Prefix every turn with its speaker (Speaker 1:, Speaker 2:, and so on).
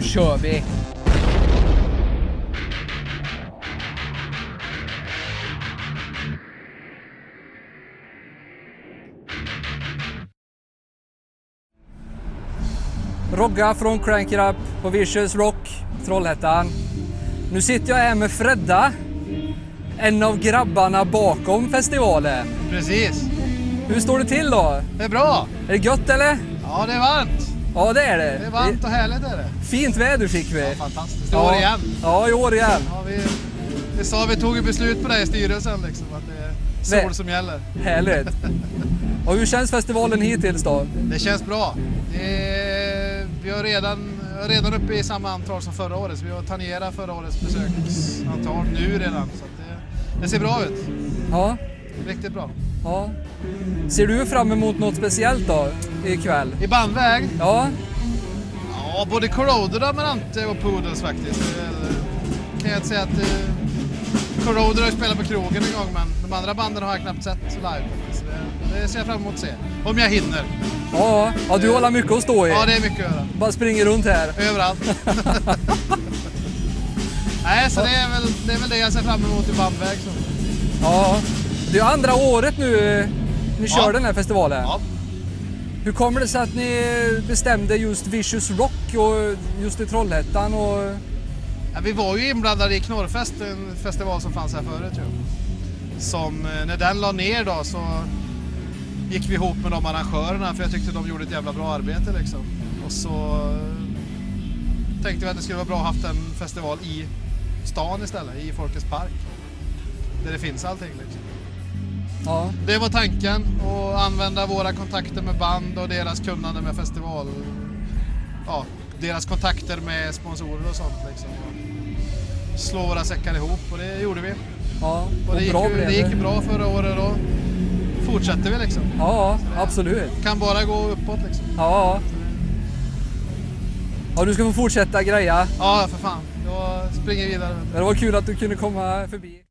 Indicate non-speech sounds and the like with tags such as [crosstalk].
Speaker 1: kör vi! Rogga från Crank It Up på Vicious Rock, Trollhättan. Nu sitter jag här med Fredda, en av grabbarna bakom festivalen.
Speaker 2: Precis.
Speaker 1: Hur står det till då?
Speaker 2: Det är bra.
Speaker 1: Är det gött eller?
Speaker 2: Ja, det är varmt.
Speaker 1: Ja, det är det.
Speaker 2: Det är varmt och härligt är det.
Speaker 1: Fint väder fick vi.
Speaker 2: Ja, fantastiskt. Det var igen.
Speaker 1: Ja, i år igen.
Speaker 2: Ja, vi, vi sa vi tog ett beslut på det här i styrelsen liksom, att det är sol
Speaker 1: Nej.
Speaker 2: som gäller.
Speaker 1: Härligt. Och hur känns festivalen hittills då?
Speaker 2: Det känns bra. Det är, vi är redan, jag är redan uppe i samma antal som förra året, så vi har tangerat förra årets besöksantal nu redan. Så att det, det ser bra ut.
Speaker 1: Ja,
Speaker 2: Riktigt bra.
Speaker 1: ja. Ser du fram emot något speciellt då ikväll?
Speaker 2: I bandväg?
Speaker 1: Ja,
Speaker 2: Ja, både Corroder, Amarante och Poodles faktiskt. Eh, Kan jag inte säga att eh, Corroder har ju spelat på krogen en gång, men de andra banden har jag knappt sett live. faktiskt. Så Det, det ser jag fram emot att se. Om jag hinner.
Speaker 1: ja, ja du har alla mycket att stå i.
Speaker 2: Ja, det är mycket att göra.
Speaker 1: Bara springer runt här.
Speaker 2: Överallt. [laughs] Nej, så det är, väl, det är väl det jag ser fram emot i bandväg. Så.
Speaker 1: Ja, det är andra året nu eh, ni
Speaker 2: Ja.
Speaker 1: kör den här festivalen.
Speaker 2: Ja.
Speaker 1: Hur kommer det sig att ni bestämde just Vicious Rock och just i Trollhättan? Och...
Speaker 2: Ja, vi var ju inblandade i Knorrfest, en festival som fanns här förut ju. Som, eh, när den la ner då så gick vi ihop med de arrangörerna för jag tyckte de gjorde ett jävla bra arbete liksom. Och så eh, tänkte vi att det skulle vara bra att ha haft en festival i stan istället, i Folkets Park. Där det finns allting liksom.
Speaker 1: Ja,
Speaker 2: Det var tanken och använda våra kontakter med band och deras kunnande med festival. Ja, deras kontakter med sponsorer och sånt liksom. Och Slå våra säckar ihop och det gjorde vi.
Speaker 1: ja.
Speaker 2: Och det, gick,
Speaker 1: bra
Speaker 2: ju-
Speaker 1: blev
Speaker 2: det gick ju bra förra året och fortsätter vi liksom.
Speaker 1: Ja, absolut.
Speaker 2: Kan bara gå uppåt liksom.
Speaker 1: Ja. Ja, du ska få fortsätta greja.
Speaker 2: Ja, för fan. Jag springer vidare. vet du.
Speaker 1: Men Det var kul att du kunde komma förbi.